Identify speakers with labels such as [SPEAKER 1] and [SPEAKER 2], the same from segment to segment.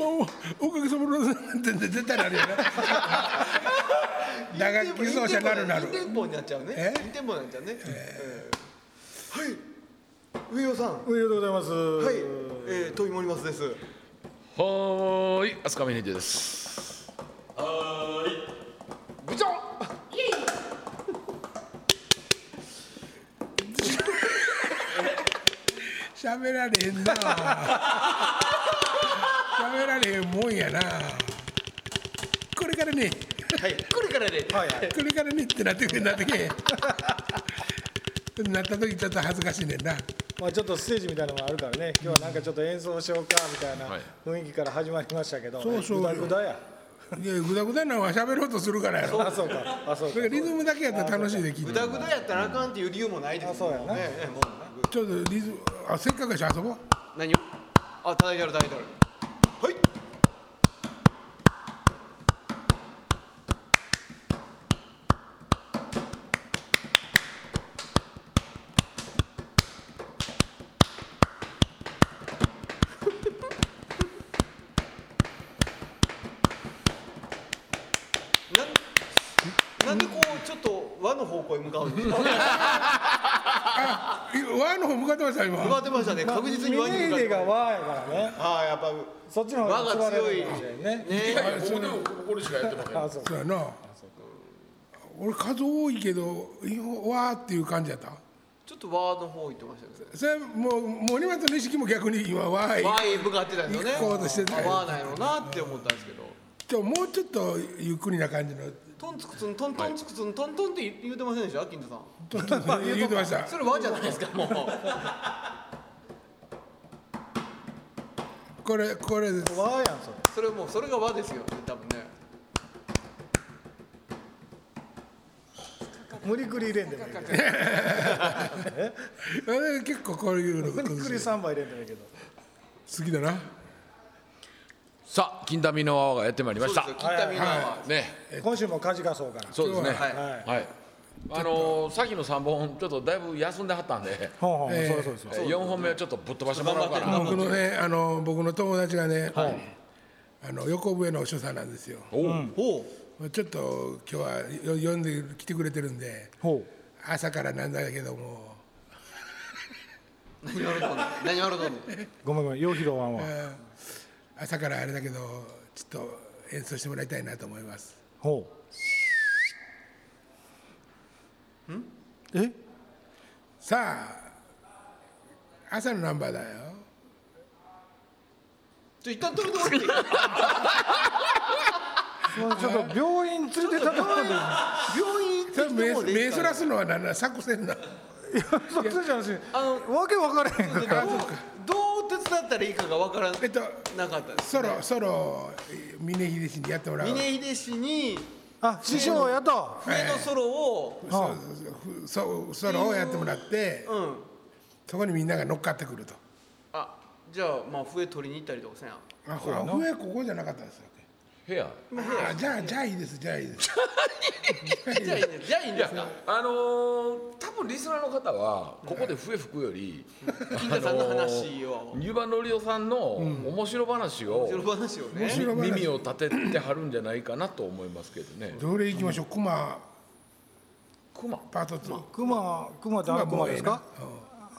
[SPEAKER 1] おかげさまでなんて絶対なるよね打楽器奏者なるなる
[SPEAKER 2] インテンポになっちゃうね
[SPEAKER 1] え。
[SPEAKER 2] インテンポになっちゃうね。うんはい。上尾さん。
[SPEAKER 3] おめでとうございます。
[SPEAKER 2] は。
[SPEAKER 3] はい
[SPEAKER 2] えー、問いもりますです。
[SPEAKER 4] はーい、飛鳥峰秀です。はーい。部長。
[SPEAKER 1] 喋られへんな喋られへんもんやなこれからね
[SPEAKER 2] はい。これからで。
[SPEAKER 3] いはい。
[SPEAKER 1] これからねってなってくるなってけなった時ちょっと恥ずかしいねんな
[SPEAKER 3] まあちょっとステージみたいなのもあるからね。今日はなんかちょっと演奏しようかみたいな
[SPEAKER 4] はい
[SPEAKER 3] 雰囲気から始まりましたけど。
[SPEAKER 1] そうそう
[SPEAKER 3] ぐだぐだや。
[SPEAKER 1] いやぐだぐだなのは喋ろうとするからやろ
[SPEAKER 3] あそうか。あそう
[SPEAKER 1] だから
[SPEAKER 3] か。
[SPEAKER 1] リズムだけやったら楽しいで聞いて
[SPEAKER 2] ぐ
[SPEAKER 1] る
[SPEAKER 2] だぐだやったらあかんっていう理由もないです。
[SPEAKER 3] あそうやな
[SPEAKER 2] もね。もう
[SPEAKER 1] ちょっとリズムあせっかくやし遊ぼう
[SPEAKER 2] 何を。あ、叩いてある叩いてある。はい。 なんなんでこうちょっと和の方向へ向かうんですか。
[SPEAKER 1] あい和の方向かってました
[SPEAKER 2] 向か
[SPEAKER 1] 今
[SPEAKER 2] ってましたね。確実に和
[SPEAKER 3] ミ
[SPEAKER 2] に
[SPEAKER 3] ネ
[SPEAKER 2] 向かっ
[SPEAKER 3] ー
[SPEAKER 2] て
[SPEAKER 3] デ
[SPEAKER 2] ました。
[SPEAKER 3] がワーやからね。
[SPEAKER 2] ああやっぱ
[SPEAKER 3] そっちの方が
[SPEAKER 2] 和が強い
[SPEAKER 3] かもしれんね。
[SPEAKER 2] ね。
[SPEAKER 4] いやここでもここでしかやってません。
[SPEAKER 3] あそうか。
[SPEAKER 1] そうやな俺数多いけどいや和っていう感じやった
[SPEAKER 2] ちょっとワーの方行ってましたね。
[SPEAKER 1] それもう森松の意識も逆に今和い
[SPEAKER 2] ワーへ向かってたんですよね。
[SPEAKER 1] 行こうとしてた
[SPEAKER 2] あワーなんやろうなって思ったんですけど。
[SPEAKER 1] ちょもうちょっとゆっくりな感じの
[SPEAKER 2] トンツクツントントンツクツントントンって言ってませんでした金田さん。
[SPEAKER 1] ととと言ってました
[SPEAKER 2] それワーじゃないですかもう。
[SPEAKER 1] これこれです
[SPEAKER 3] ワーやんそれ。
[SPEAKER 2] それもうそれがワーですよね多分ね。
[SPEAKER 3] 無理くり入れんでもいいけど。
[SPEAKER 1] あれ結構こういうの
[SPEAKER 3] 無理くり
[SPEAKER 1] 好
[SPEAKER 3] 三杯入れんでもいいけど。
[SPEAKER 1] きだな
[SPEAKER 4] さあ、金田美の泡がやってまいりま
[SPEAKER 2] そう
[SPEAKER 4] し
[SPEAKER 2] で
[SPEAKER 4] た
[SPEAKER 2] す。よ。金田美奈は。
[SPEAKER 4] ね、
[SPEAKER 3] 今週もかじかそうから。
[SPEAKER 4] そうですね。
[SPEAKER 2] は
[SPEAKER 4] はいい。
[SPEAKER 3] はい。
[SPEAKER 4] あのー、さっきの三本ちょっとだいぶ休んではったんで、
[SPEAKER 3] ほうほう。
[SPEAKER 1] えー
[SPEAKER 3] そうそうそう。
[SPEAKER 4] えー四本目をちょっとぶっ飛ばしてもらおうか
[SPEAKER 2] ちょっと頑張っ
[SPEAKER 4] な。
[SPEAKER 1] 僕のねあの僕の友達がね、あの横笛の所作なんですよ
[SPEAKER 4] おう
[SPEAKER 2] おう。
[SPEAKER 1] ちょっと今日はよ呼んできてくれてるんで
[SPEAKER 3] ほう。
[SPEAKER 1] 朝からなんだけども
[SPEAKER 2] 何笑うとんねん。何笑うとんねん。
[SPEAKER 3] ごめんごめん。ようひろわんは。
[SPEAKER 1] 朝からあれだけどちょっと演奏してもらいたいなと思います
[SPEAKER 3] ほう。ん？え？
[SPEAKER 1] さあ朝のナンバーだよ
[SPEAKER 2] ちょ一旦止めてもらっていい。
[SPEAKER 3] もうちょっと病院連れてたところ
[SPEAKER 2] 病院
[SPEAKER 3] で、
[SPEAKER 2] 行って
[SPEAKER 1] それ
[SPEAKER 2] きて
[SPEAKER 1] 目
[SPEAKER 2] もでいい
[SPEAKER 1] 目
[SPEAKER 2] です
[SPEAKER 1] そ
[SPEAKER 2] から
[SPEAKER 1] すのは何だ作戦な
[SPEAKER 3] そっちじゃなし、わけ分からへんから。
[SPEAKER 2] どうどう手伝ったらいいかがわからな
[SPEAKER 1] えっと
[SPEAKER 2] かったです。
[SPEAKER 1] ソロソロ峰秀氏にやってもらう
[SPEAKER 2] 峰秀氏に
[SPEAKER 3] あ、師匠やと。
[SPEAKER 2] 笛のソロを、
[SPEAKER 1] そうそうそうソロをやってもらって
[SPEAKER 2] うん。
[SPEAKER 1] そこにみんなが乗っかってくると
[SPEAKER 2] あじゃあまあ笛取りに行ったりとかせな
[SPEAKER 1] あほら上ここじゃなかったんですよ
[SPEAKER 4] 部屋。
[SPEAKER 1] あじゃあじゃあいいですじゃあいいです
[SPEAKER 2] じゃあいいねじゃあいいんですか
[SPEAKER 4] あのー、多分リスナーの方はここで笛吹くより、
[SPEAKER 2] 金田さんの話を
[SPEAKER 4] 湯葉のりおさんの面白話を
[SPEAKER 2] 後ろ話をね
[SPEAKER 1] 白話
[SPEAKER 4] 耳を立ててはるんじゃないかなと思いますけどね。
[SPEAKER 1] どれ行きましょうクマ
[SPEAKER 4] 熊。
[SPEAKER 1] パート2
[SPEAKER 3] 熊、熊ってあの熊ですか？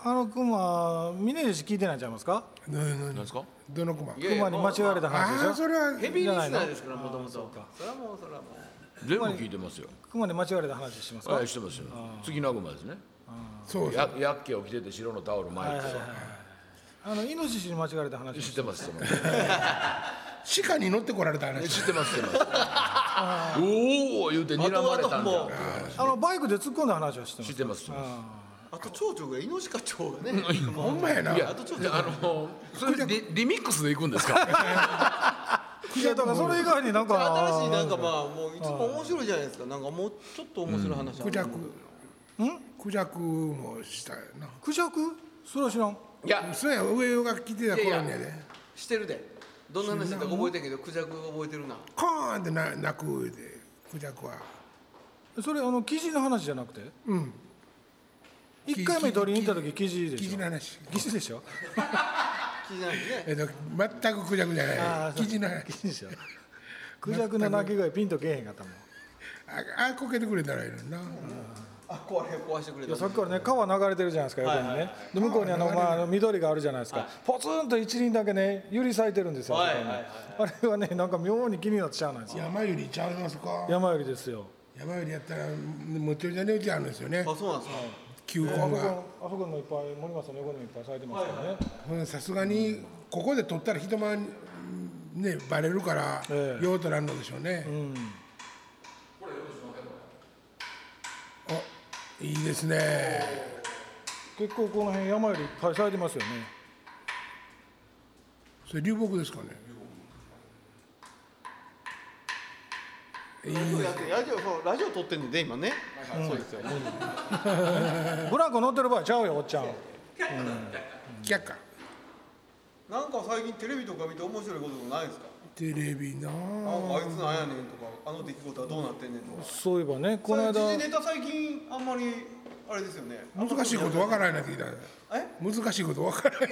[SPEAKER 3] あの熊、峰岸聞いてないんちゃいますか？
[SPEAKER 1] どの
[SPEAKER 4] なんですか？
[SPEAKER 1] どのクマ
[SPEAKER 2] いやいや
[SPEAKER 3] 熊に間違われた話
[SPEAKER 1] ああ
[SPEAKER 3] でしょ？
[SPEAKER 1] それは
[SPEAKER 2] ヘビーリスナーですからもともとそれはもうそれはも
[SPEAKER 4] 全部聞いてますよ。
[SPEAKER 3] 熊に間違われた話しますか
[SPEAKER 4] はい、？してますよ。次の悪魔ですね。
[SPEAKER 1] そうそう
[SPEAKER 4] や、やっけを着てて白のタオル巻いてさ。
[SPEAKER 3] あのイノシシに間違われた話
[SPEAKER 4] 知ってます。知ってます
[SPEAKER 1] 鹿に乗ってこられた話
[SPEAKER 4] 知ってます。知ってます。おお、言うて睨まれ
[SPEAKER 2] うあと
[SPEAKER 4] た
[SPEAKER 2] あと
[SPEAKER 4] んじ
[SPEAKER 2] も
[SPEAKER 4] ゃ。
[SPEAKER 2] うん
[SPEAKER 3] あのバイクで突っ込んだ話は知ってま
[SPEAKER 4] 知っ
[SPEAKER 3] す。
[SPEAKER 4] てます。知ってま
[SPEAKER 2] あと蝶々がイノシカ蝶がね
[SPEAKER 1] ほんまやな
[SPEAKER 4] す。いや、
[SPEAKER 2] あとちょっと
[SPEAKER 4] あの、それリ、リミックスで行くんですか。
[SPEAKER 3] いやだからそれ以外になんか
[SPEAKER 2] 新しいなんかまあもういつも面白いじゃないですかなんかもうちょっと面白い話あ
[SPEAKER 1] ク
[SPEAKER 2] る
[SPEAKER 1] ジ
[SPEAKER 2] の
[SPEAKER 1] ャククジャクもしたよな
[SPEAKER 3] クジャク？それは知らん。
[SPEAKER 4] いや、
[SPEAKER 1] そうや上が来てた頃にやで
[SPEAKER 2] してるでどんな話だったか覚えてるけどクジャクが覚えてるな
[SPEAKER 1] コーンってな泣く言うてクジャクは
[SPEAKER 3] それあの記事の話じゃなくて
[SPEAKER 1] うん
[SPEAKER 3] 一回目取りに行った時記事で
[SPEAKER 1] 記
[SPEAKER 3] し
[SPEAKER 1] 事
[SPEAKER 3] ょ
[SPEAKER 1] の話
[SPEAKER 3] 記事でしょ
[SPEAKER 2] 気になるね
[SPEAKER 1] えっと全くクジャクじゃ
[SPEAKER 3] あ
[SPEAKER 1] な
[SPEAKER 3] あ
[SPEAKER 1] い
[SPEAKER 3] そう
[SPEAKER 1] 生地の話
[SPEAKER 3] 記事でしょクジャクの鳴き声ピンとけえへんかったもん
[SPEAKER 1] ああこけてくれたらいいのにな、
[SPEAKER 2] あ壊れ壊してくれ
[SPEAKER 3] いや
[SPEAKER 2] た
[SPEAKER 3] さっきからね川流れてるじゃないですか横にね、で向こうにあの、まあ、あの緑があるじゃないですか、ポツンと一輪だけねゆり咲いてるんですよ、
[SPEAKER 2] はい
[SPEAKER 3] そこに
[SPEAKER 2] はいはい
[SPEAKER 3] あれはねなんか妙に気になっちゃうなんですよ
[SPEAKER 1] 山よりちゃいますか
[SPEAKER 3] 山よりですよ
[SPEAKER 1] 山よりやったらむっちゃりじゃねうちあるんですよね
[SPEAKER 2] あそうなんですか
[SPEAKER 1] 球根
[SPEAKER 3] あそこ
[SPEAKER 1] が
[SPEAKER 3] あそこにもいっぱい森松さんの横にもいっぱい咲いてますからね、
[SPEAKER 1] うんさすがにここで取ったら人前にねバレるから
[SPEAKER 3] ええ
[SPEAKER 1] 用途なんのでしょうね、おいいですね
[SPEAKER 3] 結構この辺山よりいっぱい咲いてますよね
[SPEAKER 1] それ流木ですかねいい
[SPEAKER 2] そうやってラジオそうラジオ撮ってんねんで今ねそうですよ
[SPEAKER 3] ブランコ乗ってる場合ちゃうよおっちゃん
[SPEAKER 1] 却下
[SPEAKER 2] なんか最近テレビとか見て面白いこととかないですか
[SPEAKER 1] テレビな
[SPEAKER 2] なん
[SPEAKER 1] あ
[SPEAKER 2] かあいつなんやねんとかあの出来事はどうなってんねんとか
[SPEAKER 3] そういえばねこの間
[SPEAKER 2] そういう時事ネタ最近あんまりあれですよね
[SPEAKER 1] 難しいことわからないなってきた
[SPEAKER 2] え
[SPEAKER 1] 難しいことわからない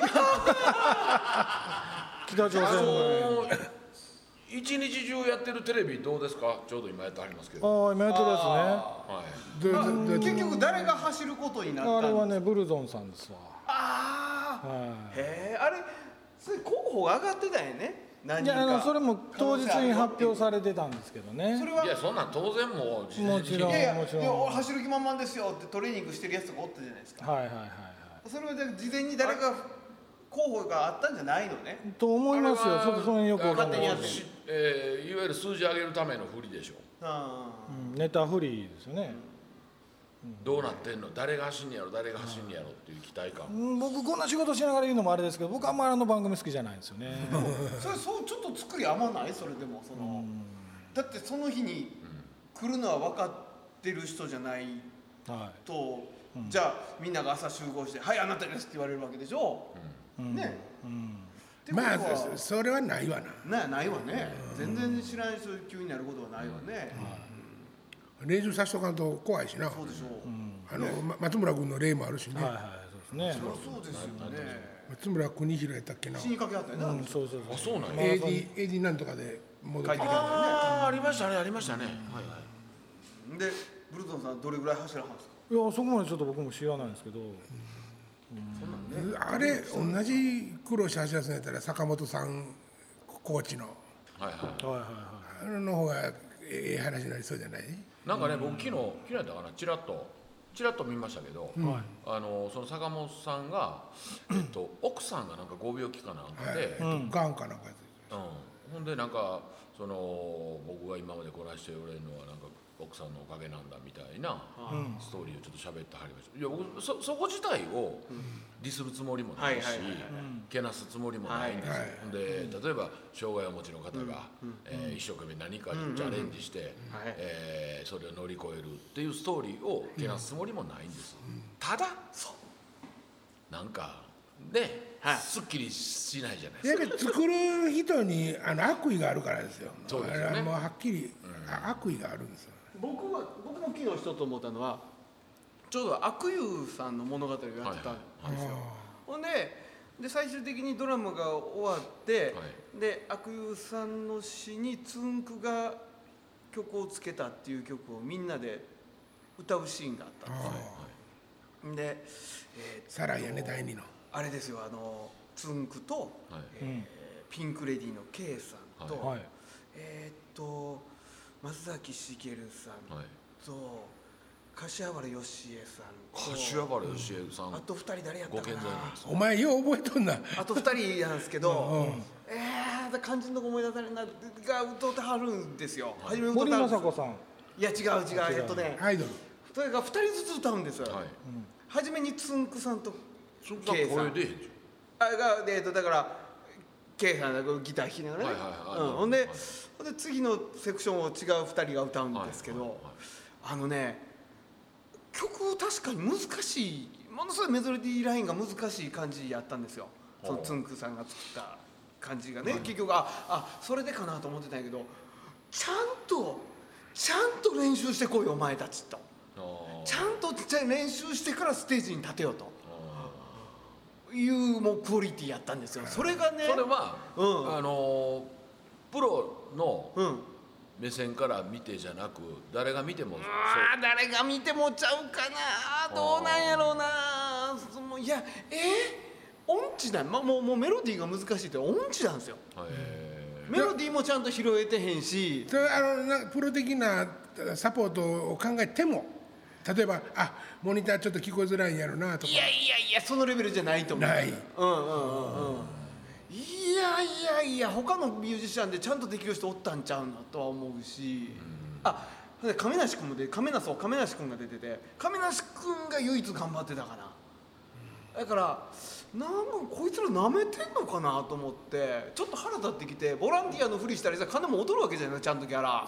[SPEAKER 3] 北朝鮮
[SPEAKER 4] あ
[SPEAKER 3] のね
[SPEAKER 4] のー一日中やってるテレビどうですかちょうど今やってはりますけ
[SPEAKER 3] あ
[SPEAKER 4] ど、
[SPEAKER 3] あイベントですね
[SPEAKER 4] はい、
[SPEAKER 1] どうどうどう
[SPEAKER 2] 結局誰が走ることになった
[SPEAKER 3] あ
[SPEAKER 2] んです
[SPEAKER 3] れは
[SPEAKER 2] か
[SPEAKER 3] ねブルゾンさんですわ
[SPEAKER 2] ああ
[SPEAKER 3] は
[SPEAKER 2] へえあれそれ候補が上がってたんやね何
[SPEAKER 3] いい
[SPEAKER 2] 人
[SPEAKER 3] やあ
[SPEAKER 2] か
[SPEAKER 3] のそれも当日に発表されてたんですけどね
[SPEAKER 2] それはい
[SPEAKER 4] やそんなん当然もう事前に
[SPEAKER 3] もちろん
[SPEAKER 2] いやい
[SPEAKER 3] も
[SPEAKER 2] や
[SPEAKER 3] ちろん
[SPEAKER 2] いや俺走る気満々ですよってトレーニングしてるやつとかおったじゃないですか
[SPEAKER 3] はいはいはいはい
[SPEAKER 2] それはじゃあ事前に誰か候補があったんじゃないのね
[SPEAKER 3] と思いますよちょっとその辺よくわかんない
[SPEAKER 2] や
[SPEAKER 4] あ
[SPEAKER 2] っ
[SPEAKER 4] の
[SPEAKER 2] てる
[SPEAKER 4] しえーいわゆる数字上げるための振りでしょ
[SPEAKER 2] あ
[SPEAKER 3] うんネタフリーですよね、
[SPEAKER 4] どうなってんの誰が走んねやろ誰が走んねやろっていう期待感
[SPEAKER 3] うん、僕こんな仕事しながら言うのもあれですけど僕あんまりあの番組好きじゃないんですよね
[SPEAKER 2] あそれそうちょっと作り余んないそれでもそのだってその日に来るのは分かってる人じゃない
[SPEAKER 3] は
[SPEAKER 2] とじゃあみんなが朝集合して「はいあなたです」って言われるわけでしょね
[SPEAKER 3] い、うん、
[SPEAKER 2] ってこと
[SPEAKER 1] ま
[SPEAKER 2] は
[SPEAKER 1] あそそれはないわな
[SPEAKER 2] なないわね全然知らない人急になることはないわね
[SPEAKER 1] 練習させとかんと怖いしな
[SPEAKER 2] そうでしょう
[SPEAKER 1] あの、ま松村君の例もあるしね、
[SPEAKER 3] はいはいそうですね
[SPEAKER 2] そりゃそうですよね
[SPEAKER 1] 松村国広やったっけな
[SPEAKER 2] 死にかけあったよな
[SPEAKER 3] うんそうそう
[SPEAKER 4] あ
[SPEAKER 3] そう
[SPEAKER 4] そうなんや
[SPEAKER 1] AD, AD なんとかで戻ってきた
[SPEAKER 4] ああありましたねありましたね、はいはい
[SPEAKER 2] でブルトンさんどれぐらい走らはんですか
[SPEAKER 3] いやそこまでちょっと僕も知らないんですけど
[SPEAKER 1] あれ同じ苦労し走らせんやったら坂本さんコーチの
[SPEAKER 4] はいはい
[SPEAKER 3] はいはいは
[SPEAKER 1] あれの方がええ話になりそうじゃない
[SPEAKER 4] なんかね僕昨日昨日やったかなちらっとちらっと見ましたけど、
[SPEAKER 3] はい
[SPEAKER 4] あのその坂本さんが、えっと、奥さんがなんかご病気かなんかで、
[SPEAKER 1] ガンかなんかやつ
[SPEAKER 4] うん、ほんでなんかその僕が今までこなしておれるのはなんか奥さんのおかげなんだみたいなストーリーをちょっと喋ってはりましたいや僕そそこ自体をディスるつもりもないし
[SPEAKER 2] はいはいはいはい
[SPEAKER 4] けなすつもりもないんですよ、ほんで例えば障害をお持ちの方が、えー一生懸命何かにチャレンジして、
[SPEAKER 2] はい
[SPEAKER 4] えーそれを乗り越えるっていうストーリーをけなすつもりもないんです、ただなんかね、
[SPEAKER 2] はい
[SPEAKER 4] すっきりしないじゃないですか
[SPEAKER 1] やっぱり作る人にあの悪意があるからですよ
[SPEAKER 4] そうですよね
[SPEAKER 1] あれはもうはっきり、あ悪意があるんですよ
[SPEAKER 2] 僕は僕も昨日一つ思ったのはちょうど悪友さんの物語をやってたんですよ、ほんでで最終的にドラマが終わって、で悪友さんの詩につんくが曲をつけたっていう曲をみんなで歌うシーンがあったんですよ、で、えー
[SPEAKER 1] サライやね第二の
[SPEAKER 2] あれですよあのつんくと、
[SPEAKER 4] はい
[SPEAKER 2] えーピンク・レディーの K さんと、
[SPEAKER 3] はい
[SPEAKER 2] えーっと松崎しげるさんと、
[SPEAKER 4] はい
[SPEAKER 2] 柏原芳恵さんと
[SPEAKER 4] 柏原芳恵さん
[SPEAKER 2] あと2人誰やった
[SPEAKER 4] ご
[SPEAKER 2] か
[SPEAKER 4] 健在なん
[SPEAKER 2] な
[SPEAKER 4] です
[SPEAKER 1] お前よう覚えとんな
[SPEAKER 2] あと2人なんですけど、ええー、だ肝心のとこ思い出されなが歌ってはるんですよ、初め
[SPEAKER 3] 森
[SPEAKER 2] 歌
[SPEAKER 3] 昌
[SPEAKER 2] ってはるんで
[SPEAKER 3] 子さん
[SPEAKER 2] すよいや違う違うえっとね
[SPEAKER 1] アイドル
[SPEAKER 2] それが2人ずつ歌うんですよ、
[SPEAKER 4] はい
[SPEAKER 2] 初めにつんくさんと
[SPEAKER 4] そんな
[SPEAKER 2] K さ
[SPEAKER 4] 声
[SPEAKER 2] ん
[SPEAKER 4] 出えへんじ
[SPEAKER 2] あがでえっとだから K さんがこうギター弾きながらね
[SPEAKER 4] はいはいはい
[SPEAKER 2] うんほんで,、
[SPEAKER 4] はい
[SPEAKER 2] ほんで次のセクションを違う2人が歌うんですけど、
[SPEAKER 4] はいはいはい
[SPEAKER 2] あのね曲確かに難しいものすごいメゾディーラインが難しい感じやったんですよその
[SPEAKER 4] ほう
[SPEAKER 2] つんくさんが作った感じがね、結局ああそれでかなと思ってたんやけどちゃんとちゃんと練習してこいよお前たちと。
[SPEAKER 4] ゃんあ
[SPEAKER 2] ちゃんとちっちゃい練習してからステージに立てようというもうクオリティやったんですよそれがね
[SPEAKER 4] それは、
[SPEAKER 2] うん
[SPEAKER 4] あのプロの
[SPEAKER 2] うん
[SPEAKER 4] 目線から見てじゃなく誰が見てもそう
[SPEAKER 2] あー誰が見てもちゃうかなあーどうなんやろうなそのいやえー、音痴なん、ま、もうもうメロディーが難しいって音痴なんですよ
[SPEAKER 4] え
[SPEAKER 2] メロディーもちゃんと拾えてへんし
[SPEAKER 1] それあのなんかプロ的なサポートを考えても例えばあモニターちょっと聞こえづらいんやろなとか
[SPEAKER 2] いやいやいやそのレベルじゃないと思う
[SPEAKER 1] ない
[SPEAKER 2] うんうんうんうんいやいやいや他のミュージシャンでちゃんとできる人おったんちゃうなとは思うし、あで亀梨君もで亀梨そう亀梨君が出てて亀梨君が唯一頑張ってたかなだからなんかこいつらなめてんのかなと思ってちょっと腹立ってきてボランティアのふりしたりさ金も踊るわけじゃないちゃんとギャラ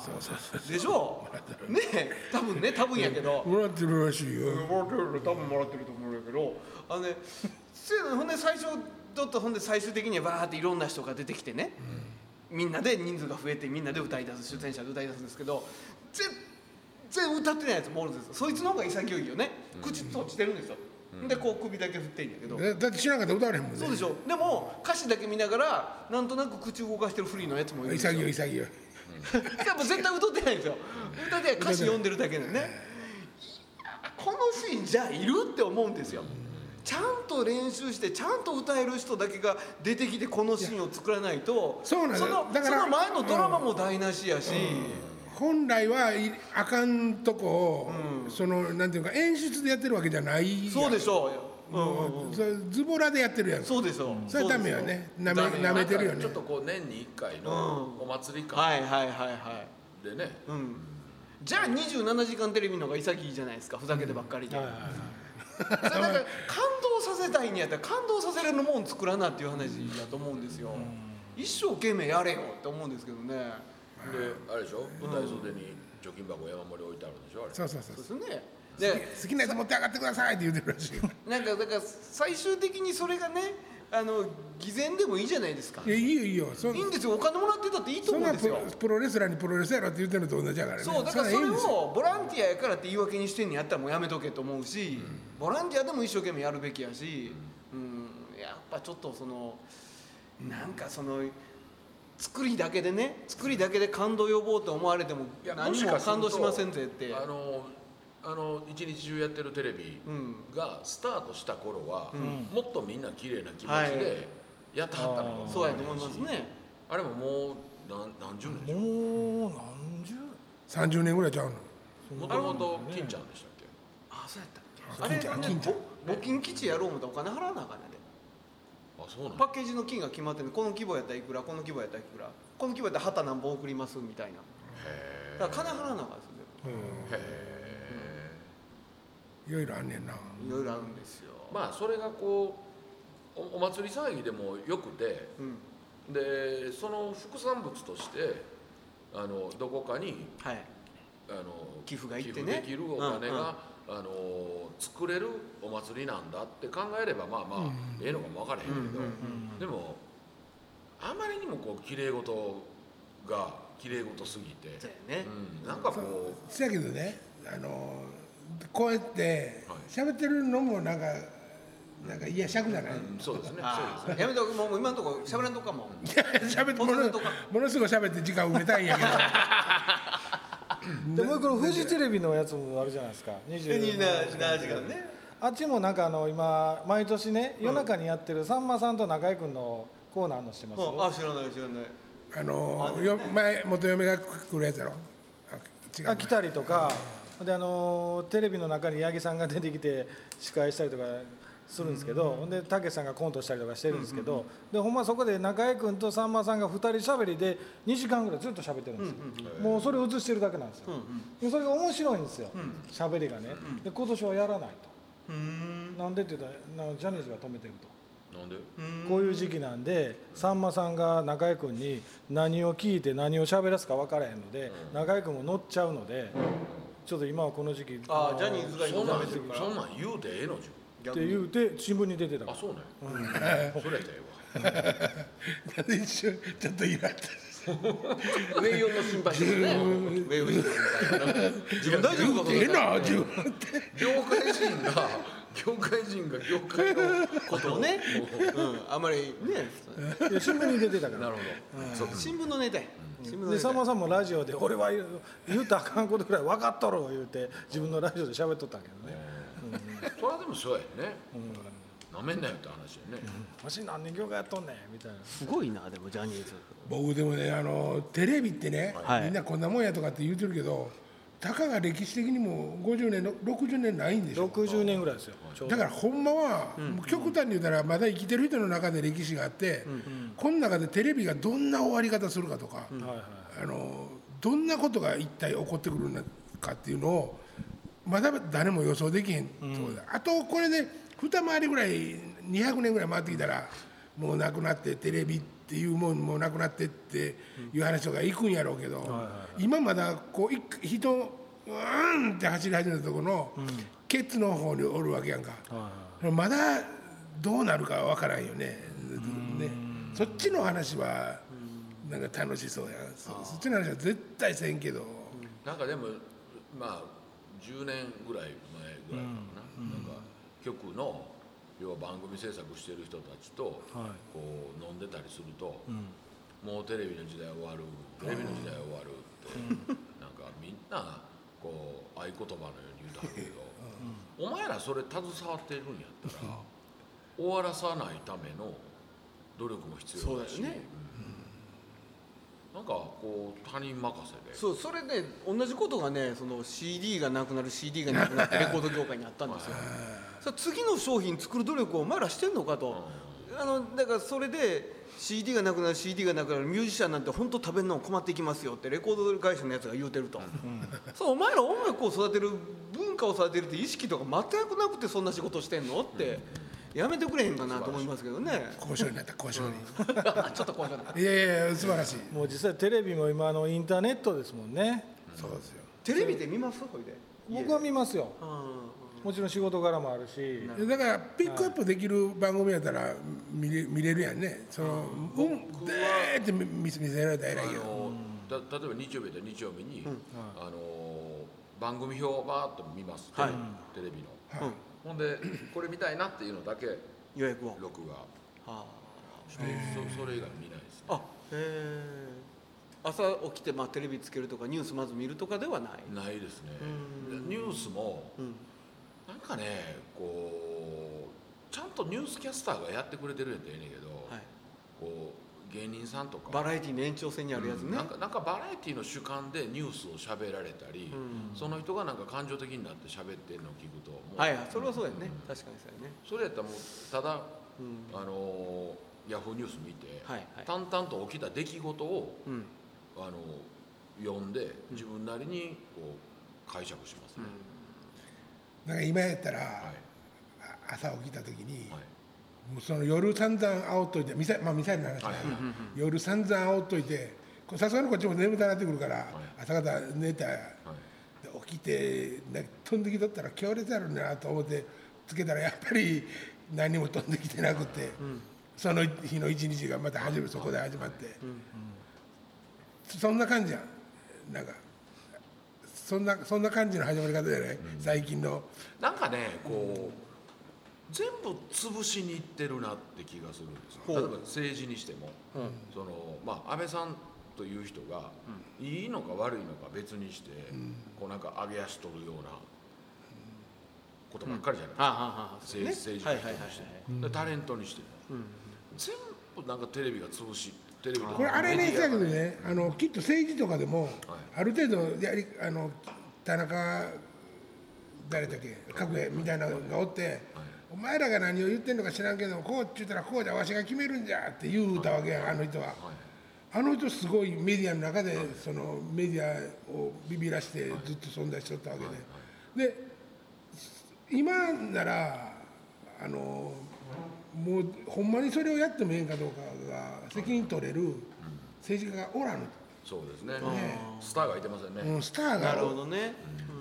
[SPEAKER 2] でしょねえ多分ね多分やけど
[SPEAKER 1] もらってるらしいよ、
[SPEAKER 2] もらってる多分もらってると思うんやけどあのねせやのほんで最初だったほんで最終的にはバーっていろんな人が出てきてね、みんなで人数が増えてみんなで歌い出す出演者で歌い出すんですけど全然歌ってないやつもおるんですよそいつの方が潔いよね口閉じてるんですよ、でこう首だけ振ってんやけど、
[SPEAKER 1] だだって知らんかったら歌われへんもん
[SPEAKER 2] そう
[SPEAKER 1] ね
[SPEAKER 2] でしょでも歌詞だけ見ながらなんとなく口動かしてるフリーのやつもいるんですよ
[SPEAKER 1] 潔い潔い
[SPEAKER 2] でも絶対歌ってないんですよ歌って歌詞読んでるだけでねいやこのシーンじゃあいるって思うんですよちゃんと練習してちゃんと歌える人だけが出てきてこのシーンを作らないと
[SPEAKER 1] いやそうなのよ
[SPEAKER 2] の
[SPEAKER 1] だから
[SPEAKER 2] その前のドラマも台無しやし、
[SPEAKER 1] 本来はいあかんとこを、そのなんていうか演出でやってるわけじゃないやん
[SPEAKER 2] そうでしょう、うんうんうん
[SPEAKER 1] それズボラでやってるやん
[SPEAKER 2] そうでしょう
[SPEAKER 1] それはダメよねなめ
[SPEAKER 2] ダメよ
[SPEAKER 1] なめてるよ
[SPEAKER 4] なんか
[SPEAKER 1] ね
[SPEAKER 4] ちょっとこう年に一回のお祭り感
[SPEAKER 2] はいはいはいはい
[SPEAKER 4] でね、
[SPEAKER 2] うんじゃあ27時間テレビの方が潔いじゃないですかふざけてばっかりで、
[SPEAKER 3] はいはいはい
[SPEAKER 2] それなんか感動させたいんやったら感動させれるもん作らなっていう話だと思うんですよ、一生懸命やれよって思うんですけどね
[SPEAKER 4] であれでしょ舞台袖に貯金箱山盛り置いてあるでしょあれ
[SPEAKER 1] そうそうそう
[SPEAKER 2] そうですよねで
[SPEAKER 1] 好きなやつ持って上がってくださいって言ってるらしい よ
[SPEAKER 2] なんかだから最終的にそれがねあの偽善でもいいじゃないですか
[SPEAKER 1] いやいいよいいよそ
[SPEAKER 2] いいんですよお金もらってたっていいと
[SPEAKER 1] そん
[SPEAKER 2] 思う
[SPEAKER 1] なん
[SPEAKER 2] です
[SPEAKER 1] プ
[SPEAKER 2] よ
[SPEAKER 1] ロプロレスラーにプロレスやろって言ってるのと同じやからね
[SPEAKER 2] そうだからそ
[SPEAKER 1] んなんいい
[SPEAKER 2] れ
[SPEAKER 1] んですよ
[SPEAKER 2] をボランティアやからって言い訳にしてんのやったらもうやめとけと思うし、ボランティアでも一生懸命やるべきやし、うん、やっぱちょっとそのなんかその作りだけでね作りだけで感動呼ぼうと思われても
[SPEAKER 4] いや
[SPEAKER 2] 何
[SPEAKER 4] し
[SPEAKER 2] も
[SPEAKER 4] かすると
[SPEAKER 2] 感動しませんぜって
[SPEAKER 4] あのあの一日中やってるテレビがスタートした頃は、もっとみんな綺麗な気持ち
[SPEAKER 2] は
[SPEAKER 4] でやってはったのかもしれ
[SPEAKER 2] そう
[SPEAKER 4] な
[SPEAKER 2] やと思いますね
[SPEAKER 4] あれももう何何十年でし
[SPEAKER 3] もう何十
[SPEAKER 1] 30年ぐらいちゃうの
[SPEAKER 4] ょもともと金ちゃんでしたっけ
[SPEAKER 2] あそうやったっけあれね
[SPEAKER 1] 金ちゃん
[SPEAKER 2] ぼ募金基地やろう思ったらお金払わなあかんねんで
[SPEAKER 4] あそうなの
[SPEAKER 2] パッケージの金が決まってるこの規模やったらいくらこの規模やったらいくらこの規模やったら旗何本送りますみたいなだから金払わなあかんですよね
[SPEAKER 1] いろいろあんねんない
[SPEAKER 2] ろいろあるんですよ。
[SPEAKER 4] まあそれがこうおお祭り騒ぎでもよくて
[SPEAKER 2] うん、
[SPEAKER 4] でその副産物としてあのどこかに
[SPEAKER 2] はい。
[SPEAKER 4] あの
[SPEAKER 2] 寄付が行って
[SPEAKER 4] 寄
[SPEAKER 2] ね
[SPEAKER 4] 付できるお金
[SPEAKER 2] うんうん
[SPEAKER 4] が、あの作れるお祭りなんだって考えればまあまあ、ええのかも分からへんけど、でもあまりにもこう綺麗事が綺麗事すぎて、
[SPEAKER 2] そうやね。
[SPEAKER 4] うん、なんかこう
[SPEAKER 1] せやけどねあのこうやって
[SPEAKER 4] はい
[SPEAKER 1] 喋ってるのもなんかなんかいや尺じゃない、
[SPEAKER 4] そうですね
[SPEAKER 2] あ
[SPEAKER 4] そう
[SPEAKER 2] あ、
[SPEAKER 4] ですね
[SPEAKER 2] やめとくもうもう今のとこ喋らんとこか も。
[SPEAKER 1] 喋っても
[SPEAKER 2] もうちょ
[SPEAKER 1] の
[SPEAKER 2] っとか
[SPEAKER 1] ものすごい喋って時間埋めたいんやけど
[SPEAKER 3] でもう一個のフジテレビのやつもあるじゃないですか
[SPEAKER 2] で
[SPEAKER 3] 27
[SPEAKER 2] に なな時間ね。
[SPEAKER 3] あっちもなんかあの今毎年ね夜中にやってるさんまさんと中居君のコーナーのしてます、
[SPEAKER 2] うん、あ知らない知らない。
[SPEAKER 1] あのよ前元嫁が来るやつやろあ違う
[SPEAKER 3] あ来たりとかであのテレビの中に八木さんが出てきて司会したりとかするんですけど、ほんでたけしさんがコントしたりとかしてるんですけど、でほんまそこで中居君とさんまさんが2人しゃべりで2時間ぐらいずっと喋ってるんですよ、もうそれ映してるだけなんですよ、でそれが面白いんですよしゃべりがね、で今年はやらない
[SPEAKER 2] ふーん。
[SPEAKER 3] となんでって言ったらなジャニーズが止めてると。
[SPEAKER 4] なんで
[SPEAKER 3] こういう時期なんでさんまさんが中居君に何を聞いて何を喋らすか分からへんので中居君も乗っちゃうのでちょっと今はこの時期
[SPEAKER 2] あ
[SPEAKER 3] あの
[SPEAKER 2] ジャニーズが
[SPEAKER 4] そ
[SPEAKER 2] 今
[SPEAKER 4] んな
[SPEAKER 2] 食
[SPEAKER 4] ん
[SPEAKER 2] べてるか
[SPEAKER 4] そん
[SPEAKER 2] ら。
[SPEAKER 4] なん言うてええの自
[SPEAKER 3] っ
[SPEAKER 2] 逆
[SPEAKER 3] て
[SPEAKER 2] に
[SPEAKER 3] 言うて新聞に出てた
[SPEAKER 4] 分
[SPEAKER 3] か
[SPEAKER 4] あ
[SPEAKER 3] ら
[SPEAKER 4] そうなんやそれやったらえ えわ
[SPEAKER 1] なんで一瞬ちょっとイラッと
[SPEAKER 2] ウェイヨンの心配してるね。ウェイヨンの心配。自分大丈夫かと思っ
[SPEAKER 1] ええ
[SPEAKER 2] た。
[SPEAKER 1] な自分
[SPEAKER 4] 業界人が業界人が業界の
[SPEAKER 2] ことをね、うん、あんまりね、
[SPEAKER 3] いや新聞に出てた から
[SPEAKER 4] なるほどそう
[SPEAKER 2] 新聞のネタや、新聞のネ
[SPEAKER 3] で
[SPEAKER 2] タ
[SPEAKER 3] さ
[SPEAKER 2] や
[SPEAKER 3] んまさんもラジオで俺は言う言うたらあかんことぐらい分かっとる言うて自分のラジオで喋っとったけどね
[SPEAKER 4] それはでもそうやねなめんなよって話やね
[SPEAKER 3] わし何年業界やっとんねんみたいな
[SPEAKER 2] すごいなでもジャニーズ
[SPEAKER 1] 僕でもねあのテレビってね、
[SPEAKER 2] はい
[SPEAKER 1] みんなこんなもんやとかって言うてるけどたかが歴史的にも50年の60年ないんでしょ
[SPEAKER 3] 60年ぐらいですよちょうど
[SPEAKER 1] だからほんまは、もう極端に言うたらまだ生きてる人の中で歴史があって、この中でテレビがどんな終わり方するかとか、
[SPEAKER 3] はいはい
[SPEAKER 1] あのどんなことが一体起こってくるのかっていうのをまだ誰も予想できへんところだ、あとこれで二回りぐらい200年ぐらい回ってきたらもうなくなってテレビっていうもんもなくなってっていう話とか行くんやろうけど、今まだこうい人うーんって走り始めたところの、ケツの方におるわけやんか、まだどうなるかわからんよね,、ねそっちの話はなんか楽しそうやんそそっちの話は絶対せんけど、
[SPEAKER 4] なんかでもまあ10年ぐらい前ぐらいかな,、なんか局の要は番組制作してる人たちと
[SPEAKER 3] はい
[SPEAKER 4] こう飲んでたりすると、もうテレビの時代終わるテレビの時代終わるって、なんかみんなこう合言葉のように言うてはるけど、お前らそれ携わってるんやったら終わらさないための努力も必要だし
[SPEAKER 2] そうだよね
[SPEAKER 4] うんなんかこう他人任せで
[SPEAKER 2] そうそれね同じことがねその CD がなくなる CD がなくな ってレコード業界にあったんですよさあ次の商品作る努力をお前らしてんのかと、あのだからそれで CD がなくなる CD がなくなるミュージシャンなんて本当食べるの困っていきますよってレコード会社のやつが言うてると、そうお前ら音楽を育てる文化を育てるって意識とか全くなくてそんな仕事してんのって、やめてくれへんかなと思いますけどね
[SPEAKER 1] 交渉になった交渉に、
[SPEAKER 2] ちょっと怖いかない
[SPEAKER 1] やいや素晴らしい、
[SPEAKER 3] もう実際テレビも今あのインターネットですもんね
[SPEAKER 1] そうですよ
[SPEAKER 2] テレビで見ますほいで
[SPEAKER 3] 僕は見ますよ
[SPEAKER 2] うん
[SPEAKER 3] もちろん仕事柄もあるし
[SPEAKER 1] だからピックアップできる番組やったら見れ見れるやんねそのうんでーって見見せ見せられたらえらい
[SPEAKER 4] あ
[SPEAKER 1] けど
[SPEAKER 4] のた例えば日曜日だったら日曜日に、あの番組表をバーッと見ます、
[SPEAKER 2] はい
[SPEAKER 4] テレビの、
[SPEAKER 2] うん
[SPEAKER 4] ほんでこれ見たいなっていうのだけ
[SPEAKER 2] 予約を
[SPEAKER 4] 録画
[SPEAKER 2] あ
[SPEAKER 4] してそそれ以外見ないですね
[SPEAKER 2] あへえ朝起きてまあテレビつけるとかニュースまず見るとかではない、
[SPEAKER 4] ないですね
[SPEAKER 2] うん
[SPEAKER 4] ニュースも
[SPEAKER 2] うん、
[SPEAKER 4] なんかねこうちゃんとニュースキャスターがやってくれてるんやったらええねんけど、
[SPEAKER 2] はい、
[SPEAKER 4] こう芸人さんとか
[SPEAKER 2] バラエティの延長線にあるやつ
[SPEAKER 4] うん
[SPEAKER 2] ね
[SPEAKER 4] なん、かなんかバラエティの主観でニュースを喋られたり、
[SPEAKER 2] うん
[SPEAKER 4] その人がなんか感情的になって喋ってるのを聞くともう
[SPEAKER 2] はいはいそれはそうやね、確かにそうやね
[SPEAKER 4] それやったらもうただ、
[SPEAKER 2] うん
[SPEAKER 4] あのーヤフーニュース見て、
[SPEAKER 2] はいはい
[SPEAKER 4] 淡々と起きた出来事を、
[SPEAKER 2] うん
[SPEAKER 4] あのー読んで自分なりにこう解釈しますね、
[SPEAKER 1] なんか今やったら、
[SPEAKER 4] はい
[SPEAKER 1] あ朝起きた時に、
[SPEAKER 4] はい
[SPEAKER 1] もうその夜散々煽っといてミサ,、まあ、ミサイルの話だな、
[SPEAKER 4] はいはいはい
[SPEAKER 1] 夜散々煽っといてこうさすがにこっちも眠たなってくるから、朝方寝た
[SPEAKER 4] はい
[SPEAKER 1] で起きてなんか飛んできとったら強烈やるなと思ってつけたらやっぱり何も飛んできてなくて、その日の一日がまた始めそこで始まって、そんな感じやんなんかそんなそんな感じの始まり方じゃない、最近の
[SPEAKER 4] なんかねこう全部潰しにいってるなって気がするんですよ
[SPEAKER 2] ほ
[SPEAKER 4] 例
[SPEAKER 2] う
[SPEAKER 4] えば政治にしても、そのまあ、安倍さんという人がいいのか悪いのか別にして、こうなんか上げ足取るようなことばっかりじゃないですか
[SPEAKER 2] あああああ
[SPEAKER 4] 政治政治
[SPEAKER 2] は
[SPEAKER 4] 家
[SPEAKER 2] い
[SPEAKER 4] の
[SPEAKER 2] はいはいはい
[SPEAKER 4] 人にしてもタレントにしても全部なんかテレビが潰しテレビの
[SPEAKER 1] これあれね言ってたけどねあのきっと政治とかでも、ある程度やりあの田中誰だっけ角栄みたいなのがおって、お前らが何を言ってんのか知らんけどこうって言ったらこうじゃわしが決めるんじゃって言うたわけやんあの人は、あの人すごいメディアの中で、そのメディアをビビらしてずっと存在しとったわけで、で今ならあのもうほんまにそれをやってもええんかどうかが責任取れる政治家がおらぬ、
[SPEAKER 4] そうですねスターがいてませんね
[SPEAKER 1] もうスター
[SPEAKER 2] なる
[SPEAKER 1] が
[SPEAKER 2] ほどね、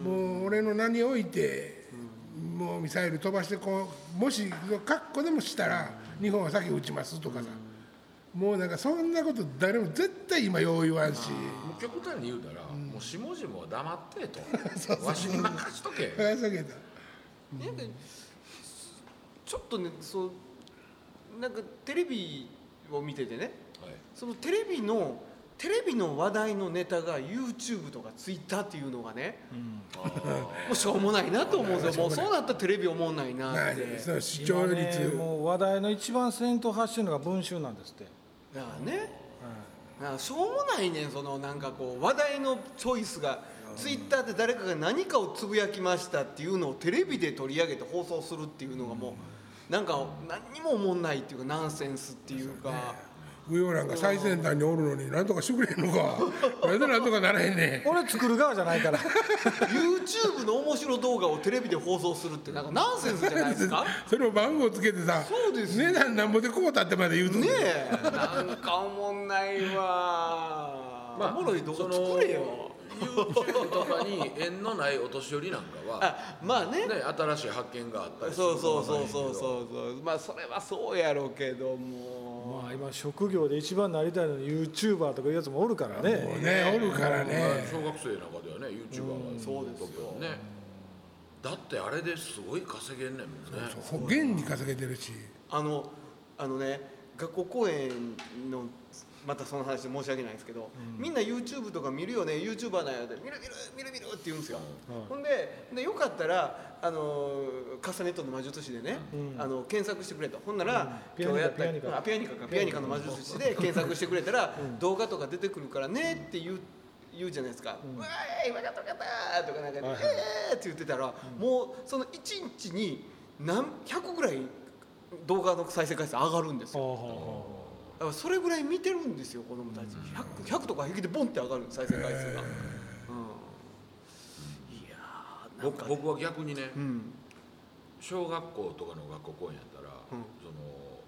[SPEAKER 1] もう俺の名において、もうミサイル飛ばしてこうもし確固でもしたら日本は先撃ちますとかさ、もうなんかそんなこと誰も絶対今よう言わんし。
[SPEAKER 4] もう極端に言うたらもう下 々は黙ってとわしに任しとけ
[SPEAKER 1] 返さけた
[SPEAKER 2] なんかちょっとねそうなんかテレビを見ててね
[SPEAKER 4] い
[SPEAKER 2] そのテレビのテレビの話題のネタが YouTube とか Twitter っていうのがね、もうしょうもないなと思うんですよもうそうなったらテレビ思わないな
[SPEAKER 1] な
[SPEAKER 2] っ
[SPEAKER 1] い
[SPEAKER 2] て
[SPEAKER 1] ですね視聴
[SPEAKER 3] 今
[SPEAKER 1] 率、
[SPEAKER 3] ねもう話題の一番先頭発してるのが文集なんですって、
[SPEAKER 2] だからねだからしょうもないねんそのなんかこう話題のチョイスが Twitter で誰かが何かをつぶやきましたっていうのをテレビで取り上げて放送するっていうのがもうなんか何にも思んないっていうかナンセンスっていうか。
[SPEAKER 1] 上尾なんか最先端におるのになんとかしてくれんのかなんでなんとかならへんねん
[SPEAKER 3] 俺作る側じゃない から
[SPEAKER 2] YouTube の面白動画をテレビで放送するってなんかナンセンスじゃないですか
[SPEAKER 1] それを番号つけてさ
[SPEAKER 2] そうです
[SPEAKER 1] 値段なんぼでこうたってまで言うと
[SPEAKER 2] ねえなんかおもんないわ、まあ、おもろい動画作れよ
[SPEAKER 4] その YouTube とかに縁のないお年寄りなんかは、
[SPEAKER 2] あまあね
[SPEAKER 4] ね、新しい発見があったりす
[SPEAKER 2] そう
[SPEAKER 4] る
[SPEAKER 2] そう
[SPEAKER 4] かも
[SPEAKER 2] そ
[SPEAKER 4] わ
[SPEAKER 2] う
[SPEAKER 4] からへ
[SPEAKER 2] そうそうそ
[SPEAKER 4] んけど
[SPEAKER 2] うまあそれはそうやろうけども
[SPEAKER 3] まあ今職業で一番なりたいのに YouTuber とかいうやつもおるからね
[SPEAKER 1] もうねおるから
[SPEAKER 4] まあ
[SPEAKER 1] ね
[SPEAKER 4] 小学生なんかではね YouTuber が
[SPEAKER 2] そうですよ
[SPEAKER 4] 特にねだってあれですごい稼げんねんもんね
[SPEAKER 1] そう現に稼げてるし
[SPEAKER 2] あのあのね学校公演のまたその話で申し訳ないんですけど、みんな YouTube とか見るよね YouTuber なんやで見る見る見る見るって言うんですよ、ほんででよかったらあのーカスタネットの魔術師でね、あの検索してくれとほんなら、
[SPEAKER 3] うん
[SPEAKER 2] 今日やった
[SPEAKER 3] ピアニカ
[SPEAKER 2] あピアニカかピアニカの魔術師 で検索してくれたら、動画とか出てくるからねって言う言うじゃないですか「うわーい分かった分かった」とかなんか、ね
[SPEAKER 3] はいはい
[SPEAKER 2] えー!」って言ってたら、もうその1日に何百ぐらい動画の再生回数上がるんですよ
[SPEAKER 3] ほうほうほ
[SPEAKER 2] だからそれぐらい見てるんですよ子供たち 100, 100とか平気でボンって上がる再生回数が、うん、いやーなんか
[SPEAKER 4] 僕僕は逆にね
[SPEAKER 2] うん
[SPEAKER 4] 小学校とかの学校公演やったら、その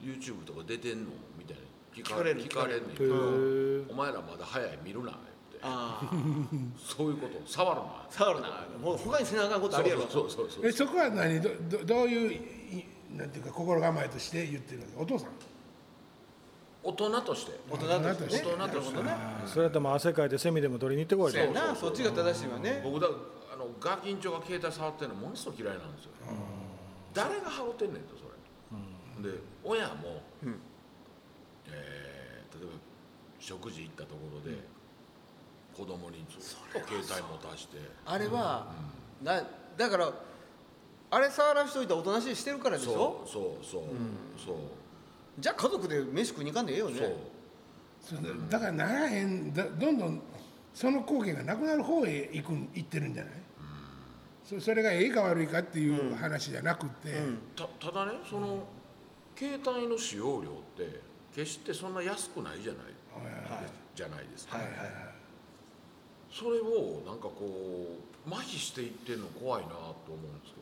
[SPEAKER 4] YouTube とか出てんのみたいな聞
[SPEAKER 2] 聞かれる
[SPEAKER 4] 聞かれんねんけ
[SPEAKER 3] う
[SPEAKER 4] ど
[SPEAKER 3] へえ
[SPEAKER 4] お前らまだ早い見るなって
[SPEAKER 2] ああ
[SPEAKER 4] そういうこと触るな
[SPEAKER 2] 触るなもう他にせなあかんことあるやろ
[SPEAKER 4] そうそうそうそう
[SPEAKER 1] えそこは何どどどういういなんていうか心構えとして言ってるのお父さん
[SPEAKER 4] 大人として
[SPEAKER 2] 大人としてね
[SPEAKER 4] 大人としてね
[SPEAKER 2] なる
[SPEAKER 3] それやったらもう汗かいてセミでも取りに行ってこ
[SPEAKER 2] ほ
[SPEAKER 3] い
[SPEAKER 2] どねそ
[SPEAKER 3] と
[SPEAKER 2] うやなそっちが正しいわね
[SPEAKER 4] 僕だあのガキンチョが携帯触ってるのものすごく嫌いなんですよ誰がハロってんねんとそれ、で親も、
[SPEAKER 2] うん
[SPEAKER 4] えー例えば食事行ったところで、子供にずっと携帯持たして
[SPEAKER 2] あれは、だだからあれ触らしといたらおとなしいしてるからでしょ
[SPEAKER 4] そうそうそう、そう
[SPEAKER 2] じゃあ家族で飯食いに行かんでええよね
[SPEAKER 1] そ
[SPEAKER 4] そう
[SPEAKER 1] うだだからならへんだどんどんその貢献がなくなる方へ行くん行ってるんじゃないそそれがええか悪いかっていう話じゃなくて、
[SPEAKER 4] たただねその、携帯の使用量って決してそんな安くないじゃない、じゃないですか、それをなんかこう麻痺していってるの怖いなと思うんです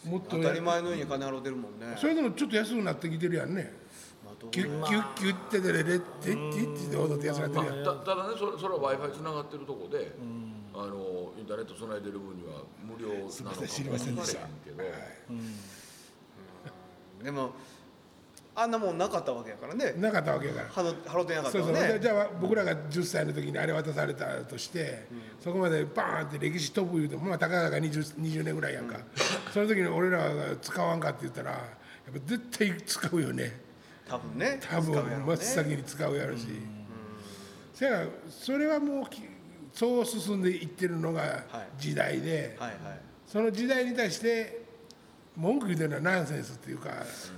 [SPEAKER 4] けどね
[SPEAKER 1] もっと
[SPEAKER 2] 当たり前のように金払ってるもんね
[SPEAKER 1] それでもちょっと安くなってきてるやんね
[SPEAKER 2] まあどう
[SPEAKER 1] キュッキュッキュッてでれれってってって踊って安くなって
[SPEAKER 4] ま
[SPEAKER 1] るやん
[SPEAKER 4] あ、たただねそれそれは w i f i つながってるとこで、あのインターネットつないでる分には無料なのかも
[SPEAKER 1] 知りませんでした
[SPEAKER 4] わからへんけど、
[SPEAKER 2] でもあんなもんなかったわけやからね
[SPEAKER 1] なかったわけやから
[SPEAKER 2] 払払ってなかっ
[SPEAKER 1] そ
[SPEAKER 2] た
[SPEAKER 1] う
[SPEAKER 2] わ
[SPEAKER 1] そう、
[SPEAKER 2] ね
[SPEAKER 1] じゃあ僕らが10歳の時にあれ渡されたとして、そこまでバーンって歴史飛ぶ言うてもまあたかがが 20, 20年ぐらいやんか、その時に俺らが使わんかって言ったらやっぱ絶対使うよね
[SPEAKER 2] 多分ね
[SPEAKER 1] 多分
[SPEAKER 2] 使うやろうね
[SPEAKER 1] 真っ先に使うやろし、そやからそれはもうきそう進んでいってるのが
[SPEAKER 2] はい
[SPEAKER 1] 時代で、
[SPEAKER 2] はいはい
[SPEAKER 1] その時代に対して文句言うてるのはナンセンスっていうか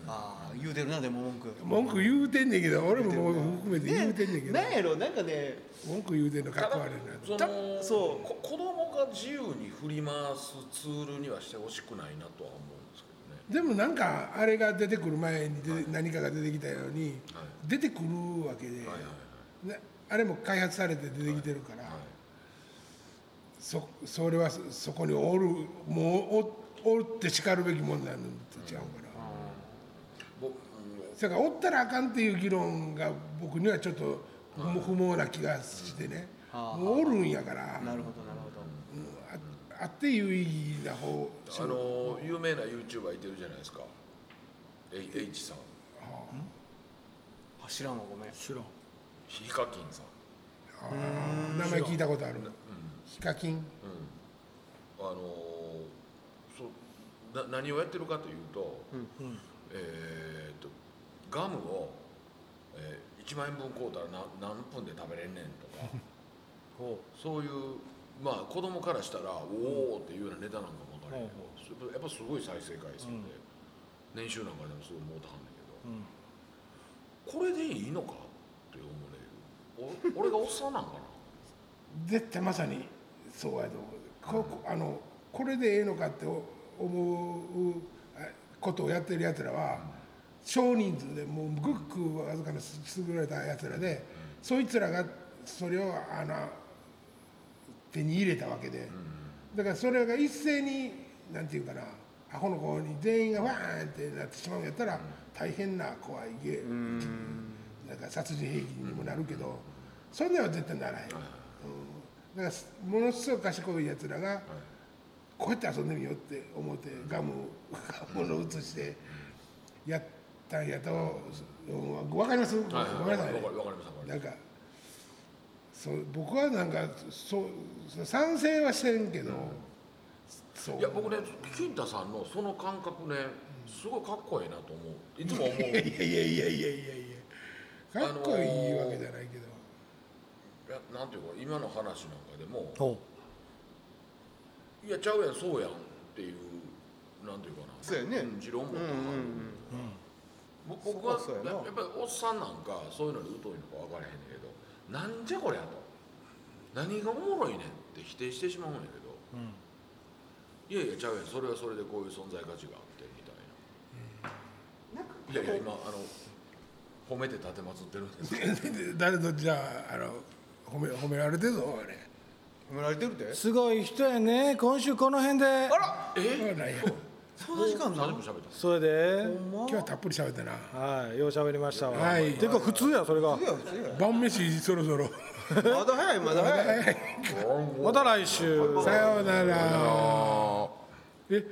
[SPEAKER 2] ああ言うてるなでも文句
[SPEAKER 1] 文句言うてんねんけど俺ももう含めて言うてんねんけど
[SPEAKER 2] なんやろなんかね
[SPEAKER 1] 文句言うてんのかっこ悪いな
[SPEAKER 4] その
[SPEAKER 2] だそう
[SPEAKER 4] こ子供が自由に振り回すツールにはしてほしくないなとは思うんですけ
[SPEAKER 1] でもなんかあれが出てくる前にで何かが出てきたように出てくるわけで、
[SPEAKER 4] どね、はいはい
[SPEAKER 1] ねあれも開発されて出てきてるから、
[SPEAKER 4] はい
[SPEAKER 1] そそれはそそこにおるもうおおってしかるべきもんなんとちゃうから、
[SPEAKER 4] 僕
[SPEAKER 1] それからおったらあかんっていう議論が僕にはちょっと不毛不毛な気がしてね、
[SPEAKER 2] はあ
[SPEAKER 1] もうおるんやから、
[SPEAKER 2] なるほどなるほど
[SPEAKER 1] ああって有意義な方
[SPEAKER 4] あの有名な YouTuber いてるじゃないですか H, H さん
[SPEAKER 2] あ知らんわごめん
[SPEAKER 3] 知らん
[SPEAKER 4] ヒカキンさん
[SPEAKER 1] あー名前聞いたことある、ヒカキン
[SPEAKER 4] あのーそうな何をやってるかというと、えーっとガムを、えー1万円分買うたら何何分で食べれんねんと かそういうまあ子供からしたらおおっていうようなネタなんかも分からへんけど、やっぱすごい再生回数で、年収なんかでもすごい儲たはんねんけど。
[SPEAKER 3] うん
[SPEAKER 4] これでいいのかって思うねお 俺がおっさんなんかな
[SPEAKER 1] 絶対まさにそうやと思うここあのこれでええのかってお思うあことをやってるやつらは少人数でもうごくわずかに優れたやつらでそいつらがそれをあの手に入れたわけでだからそれが一斉になんていうかなアホの子に全員がわーンってなってしまうんやったら大変な怖いゲームなんか殺人兵器にもなるけどそんなんは絶対ならへん。だからすものすごく賢いやつらが、こうやって遊んでみようって思ってガムをガムを移してやったんやと、うん、分かります、わ
[SPEAKER 4] はい
[SPEAKER 1] かります
[SPEAKER 4] わかるわかりますわかりま
[SPEAKER 1] なんかそう僕はなんかそうそう賛成はしてんけど、そ
[SPEAKER 4] すいや僕ね金太さんのその感覚ねすごいかっこいいなと思ういつも思う
[SPEAKER 1] いやいやいやいやいやいやかっこいいわけじゃないけど、
[SPEAKER 4] いやなんていうか今の話なんかでも
[SPEAKER 3] ほ
[SPEAKER 4] いやちゃうやんそうやんっていうなんていうかな
[SPEAKER 2] そうやね
[SPEAKER 4] ん持論も
[SPEAKER 2] うんうんうん
[SPEAKER 4] ぼ僕は
[SPEAKER 2] そこはそうや
[SPEAKER 4] や
[SPEAKER 2] な
[SPEAKER 4] やっぱりおっさんなんかそういうのに疎いのか分からへんねんけどなんじゃこりゃと何がおもろいねんって否定してしまうんやけど、いやいやちゃうやんそれはそれでこういう存在価値があってみたいな。いやいや今あの褒めて立てまつってるんですけど
[SPEAKER 1] 誰とじゃああの褒め褒められてるぞあれ。
[SPEAKER 2] 褒められてるです
[SPEAKER 3] ごい人やね今週この辺で
[SPEAKER 1] そう
[SPEAKER 4] え
[SPEAKER 1] なんや
[SPEAKER 2] そんな時間な
[SPEAKER 4] 何
[SPEAKER 2] の
[SPEAKER 4] も喋った
[SPEAKER 3] それで
[SPEAKER 2] ほん
[SPEAKER 1] 今日はたっぷり喋ったな。
[SPEAKER 3] はいよう喋りましたわ、
[SPEAKER 1] はい
[SPEAKER 3] てか普通やそれが
[SPEAKER 2] まいや普通や
[SPEAKER 1] 晩飯そろそろ。
[SPEAKER 2] まだ早いまだ早い
[SPEAKER 3] また来週
[SPEAKER 1] さようなら。え、